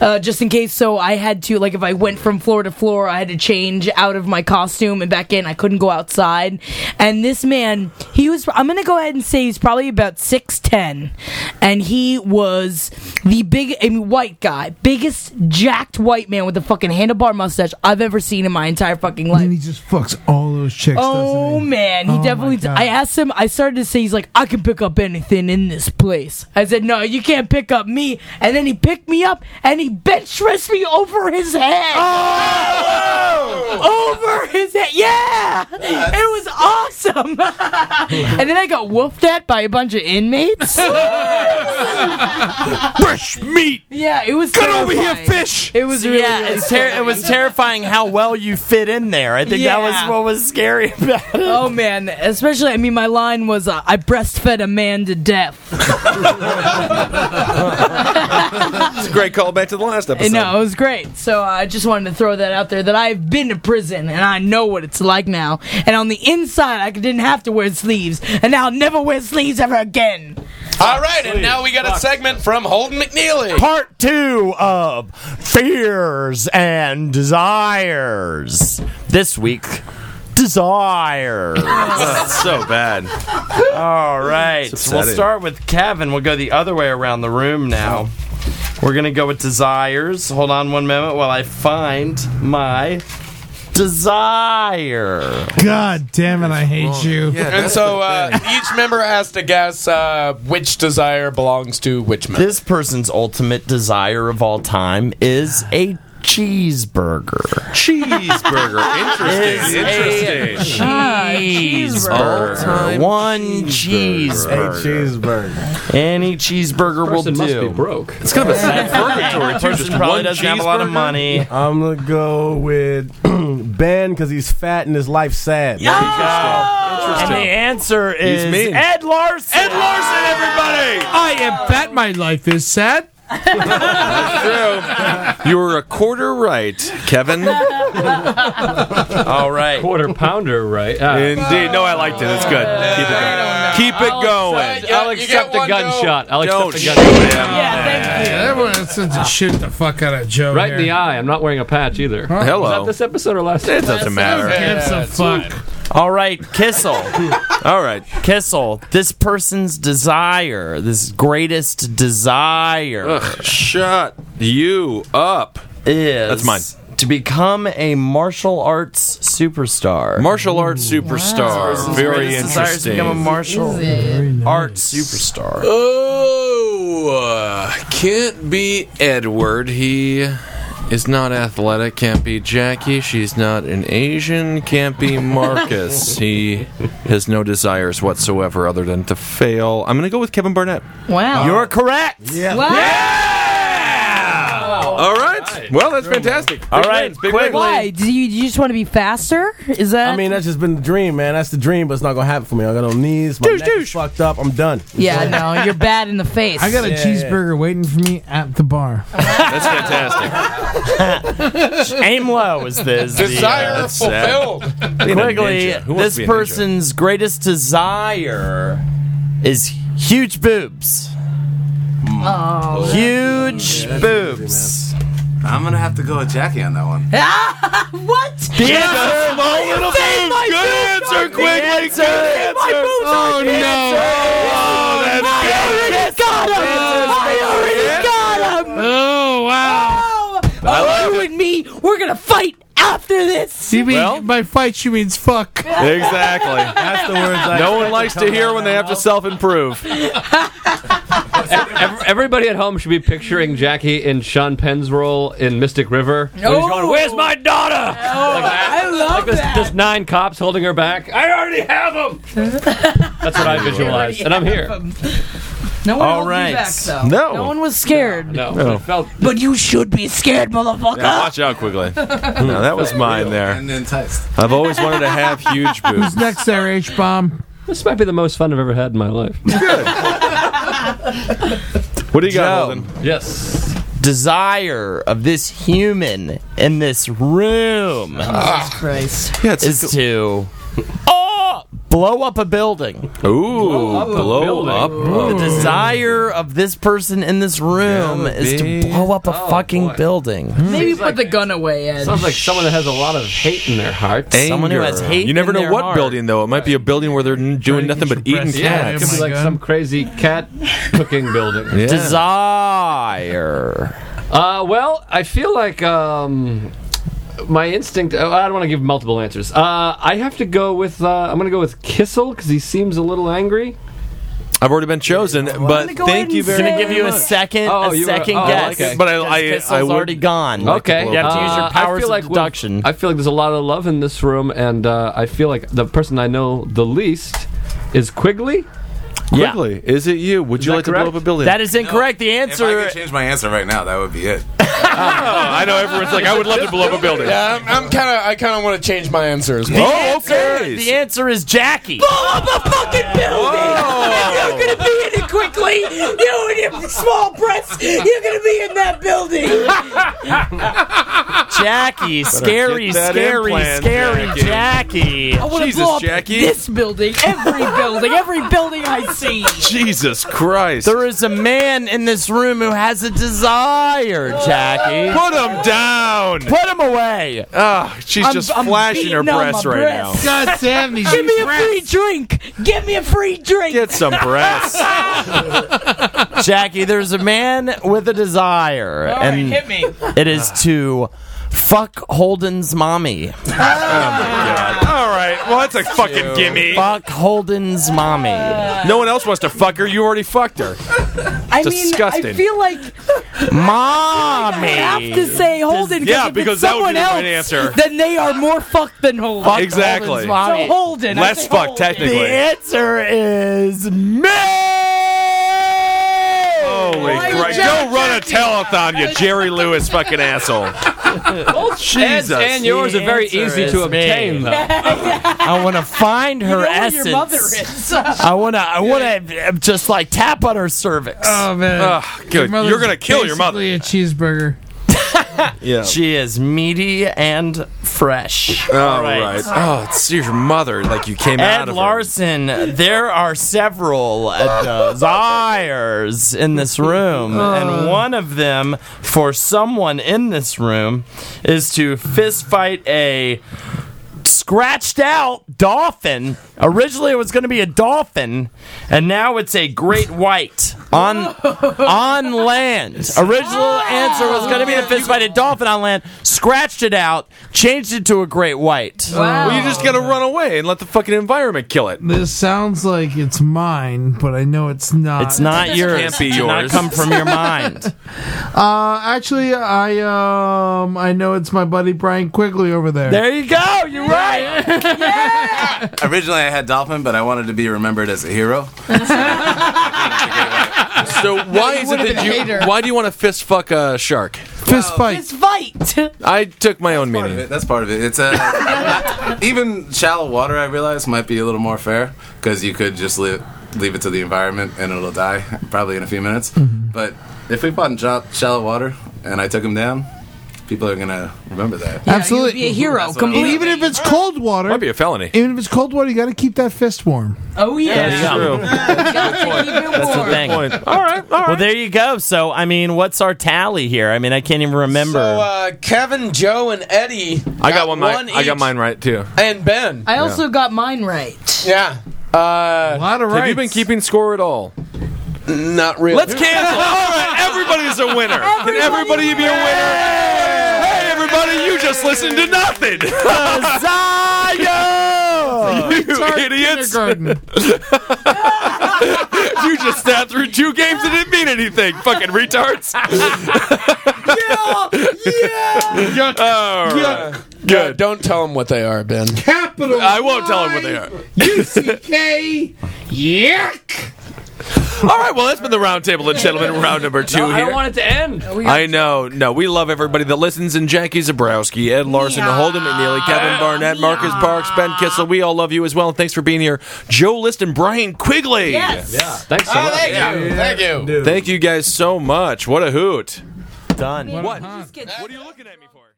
uh, just in case. So I had to like, if I went from floor to floor, I had to change out of my costume and back in. I couldn't go outside. And this man, he was. I'm gonna go ahead and say he's probably about six ten, and he was the big I mean, white guy, biggest jacked white man with a fucking handlebar mustache I've ever seen in my entire fucking life.
And he just fucks all those chicks.
Oh man, he
Oh, my
definitely.
God.
I asked him. I started to say, he's like, I can pick up anything in this place. I said, No, you can't pick up me. And then he picked me up and he bench pressed me over his head. (laughs) over his head. Yeah, it was awesome. (laughs) and then I got woofed at by a bunch of inmates.
Fresh meat.
Yeah, it was.
Get over here,
terrifying.
fish!
It was really.
yeah,
really
it's ter- it was
scary.
terrifying how well you fit in there. I think that
Yeah.
was what was scary about it.
Oh man, especially I mean, my line was uh, "I breastfed a man to death."
It's a great call back to the last episode.
No, it was great. So uh, I just wanted to throw that out there that I've been to prison and I know what it's like now. And on the inside, I didn't have to wear sleeves, and now I'll never wear sleeves ever again.
All right, and now we got a segment from Holden McNeely.
Part two of Fears and Desires. This week, Desires.
so bad.
All right.
It's
We'll
upsetting.
start with Kevin. We'll go the other way around the room now. We're gonna go with desires. Hold on one moment while I find my desire.
God damn it, I hate you.
and so uh, each member has to guess uh, which desire belongs to which member.
This person's ultimate desire of all time is a cheeseburger.
(laughs)
Cheeseburger.
Interesting. Interesting.
cheeseburger.
Cheeseburger. One cheeseburger.
A cheeseburger.
Any cheeseburger will do.
Person must be
broke.
It's kind of
(laughs)
a sad
purgatory too. Just probably doesn't have a lot of money.
I'm gonna go with (clears throat) Ben because he's fat and his life's sad.
And the answer
He's
is
mean.
Ed Larson. Ed Larson, everybody.
I am fat. My life is sad.
You were a quarter right, Kevin.
All right.
Quarter pounder, right? Ah.
Indeed. No, I liked it. It's good. Keep it going. Keep it going.
I'll accept a gunshot. I'll
Don't
accept a gunshot.
Yeah, everyone sends a shoot the fuck out of Joe.
Right in
here.
the eye. I'm not wearing a patch either.
Huh?
Hello.
Was that this episode or last? It
doesn't matter.
Gives a fuck.
(laughs) All right, Kissel. All right, Kissel. This person's desire, this greatest desire.
shut you up.
Is
That's mine.
To become a martial arts superstar.
Martial arts superstar.
This person's
Very
greatest desire is to
interesting.
become a martial arts superstar.
Oh, uh, can't be Edward. He is not athletic. Can't be Jackie. She's not an Asian. Can't be Marcus. he has no desires whatsoever other than to fail. I'm going to go with Kevin Barnett.
Wow.
You're correct.
Yeah.
All right. Well, that's fantastic.
All
Big
right,
wins, big wins.
Why? Do you, do you just want to be faster? Is that?
I mean, that's just been the dream, man. That's the dream, but it's not gonna happen for me. I got no knees. My neck is fucked up. I'm done.
yeah, no, you're bad in the face.
I got a
Yeah,
cheeseburger waiting for me at the bar.
That's fantastic.
Aim low is
(laughs)
this.
Desire
That's sad.
fulfilled.
Being a
Quigley,
ninja. Who wants
this
to be a ninja?
person's greatest desire is huge boobs.
Oh.
Huge boobs.
I'm gonna have to go with Jackie on that one.
what?
The answer,
small little boobs. Good answer, Quigley. Good answer.
Oh no! Oh wow!
Oh, you and me, we're gonna fight after this.
You mean by fight? She means fuck.
Exactly.
That's the words. I
No one likes to hear when they have to self improve.
Ev- Everybody at home should be picturing Jackie in Sean Penn's role in Mystic River. No. He's going, Where's my daughter?
Oh, I love
There's,
that.
there's nine cops holding her back. I already have
(laughs)
them. That's what I visualized, and I'm here.
No one
All
held you
right.
back, though.
No.
No one was scared.
No, but it felt
But you should be scared, motherfucker.
Now, watch out, (laughs) Quigley. No, that was mine there.
then enticed.
I've always wanted to have huge boobs.
Who's next there, H bomb?
this might be the most fun I've ever had in my life.
What do you got, Holden?
yes.
Desire of this human in this room
Christ.
Yeah, it's
is to (laughs) oh, blow up a building.
Ooh, blow up.
building.
Hmm.
The desire of this person in this room is to
big-
blow up a fucking building.
Maybe put the gun away, Ed. (laughs)
Sounds like someone that has a lot of hate in their heart.
Someone who
Anger.
has hate
You never
in
know
their
what
heart.
building though. It might be a building where they're n- doing nothing but eating
Yeah, it could
cats.
be
my
like
God.
some crazy cat cooking building.
Yeah.
Desire.
Uh, well, I feel like um, my instinct. oh, I don't want to give multiple answers. Uh, I have to go with. Uh, I'm going to go with Kissel because he seems a little angry.
I've already been chosen, but
gonna go
thank
ahead
you
and
very
say-
gonna give you a second,
Oh,
a
you were-
second
oh,
guess.
okay.
But I-
because
I-
Kissel's
I would-
already gone.
Okay,
you have to use
Uh,
your
I
powers
feel
of
like we've-
deduction.
I feel like there's a lot of love in this room, and uh, I feel like the person I know the least is Quigley.
yeah.
quickly. Is it you? Would you
that
like to blow
correct?
up a building? (laughs)
That is incorrect. The
If I
answer.
could change my answer right now, that would be it.
I know everyone's like, I would love to blow up a building.
Yeah, I'm, I'm kind of. I kind of want to change my answer as well.
Oh, okay.
The answer is Jackie.
up a fucking building. If (laughs) you're gonna be in it quickly, you and your small breasts, you're gonna be in that building.
Jackie, scary,
get that
scary,
implant,
scary Jackie.
I want to
Jesus,
blow up
Jackie.
this building, every building, every building I see.
Jesus Christ.
There is a man in this room who has a desire, Jackie.
Put him down.
Put him away.
Ah, she's
I'm-
just
I'm
flashing her
beating on
breasts
my
right now.
breasts.
God damn these
Give me a free drink. Give me a free
(laughs)
drink.
Get some breasts.
Jackie, there's a man with a desire,
All right,
and
hit me.
it is to fuck Holden's mommy.
All right. Well, that's a fucking gimme.
Fuck Holden's mommy.
Uh,
No one else wants to fuck her. You already fucked her.
I mean,
Disgusting.
I feel like
mommy.
I have to say Holden. 'cause
Yeah,
if
because
it's
that would
someone
be the
else,
right answer.
Then they are more fucked than Holden.
Fuck Exactly. Holden's mommy.
So Holden. I
Less
say
fucked,
Holden.
technically.
The answer is me.
Holy Christ. Go run a telethon, you Jerry Lewis fucking asshole.
Ed's
Jesus.
and yours are very easy to obtain,
(laughs)
though.
(laughs) I want to find her essence.
(laughs)
I want to. I want to just like tap on her cervix.
Oh man,
good.
mother's
You're gonna kill your mother.
basically A cheeseburger.
Yeah.
She is meaty and fresh.
All right. Oh, it's your mother. Like you came out
Ed
of
Larson, there are several uh, desires in this room, and one of them for someone in this room is to fist fight a scratched out dolphin. Originally, it was going to be a dolphin, and now it's a great white on on land. Original answer was going to be the fist fight a dolphin on land. Scratched it out, changed it to a great white.
Well, you just got to run away and let the fucking environment kill it.
This sounds like it's mine, but I know it's not.
It's not yours.
Can't be
It did
yours.
Not come from your mind.
Uh, actually, I um, I know it's my buddy Brian Quigley over there.
There you go. You're right.
Originally, I had dolphin, but I wanted to be remembered as a hero.
(laughs) So why is it
would've
that
been a
you?
hater.
Why do you want to fist fuck a shark?
Fist fight.
Fist fight.
I took my own meaning.
That's part of it. It's a (laughs) even shallow water. I realize might be a little more fair because you could just leave, leave it to the environment and it'll die (laughs) probably in a few minutes. But if we fought in shallow, shallow water and I took him down, people are gonna remember that.
Absolutely,
be a hero,
That's what I completely.
Even if it's cold water,
Might be a felony.
even if it's cold water, you got to keep that fist warm.
Oh yeah.
That's true. That's the thing. All right,
all right.
Well, there you go. So, I mean, what's our tally here? I mean, I can't even remember.
So uh, Kevin, Joe, and Eddie.
I got one.
One
mi- I got
each.
mine right too.
And Ben.
I also got mine right.
Yeah. Uh, a
lot of
Have you been keeping score at all?
Not really.
Let's cancel. all right, everybody's a winner. Can everybody be a winner? Hey, everybody, you just listened to nothing. (laughs) you idiots. (laughs) you just sat through two games that didn't mean anything. Fucking retards.
Yuck.
All right.
Yuck.
Good.
Don't tell them what they are, Ben.
Capital.
I won't tell them what they are. (laughs)
UCK. Yuck.
All right, well, that's been the roundtable and gentlemen, round number two
I don't
here.
want it to end.
I know, no, we love everybody that listens, and Jackie Zabrowski, Ed Larson, Holden McNeely, Kevin Barnett, Marcus Parks, Ben Kissel. We all love you as well, and thanks for being here. Joe List and Brian Quigley.
Yes.
Yeah. Thanks so
Oh,
much.
thank you. Thank you.
Thank you guys so much. What a hoot.
Done.
What?
Just get-
What are you looking at me for?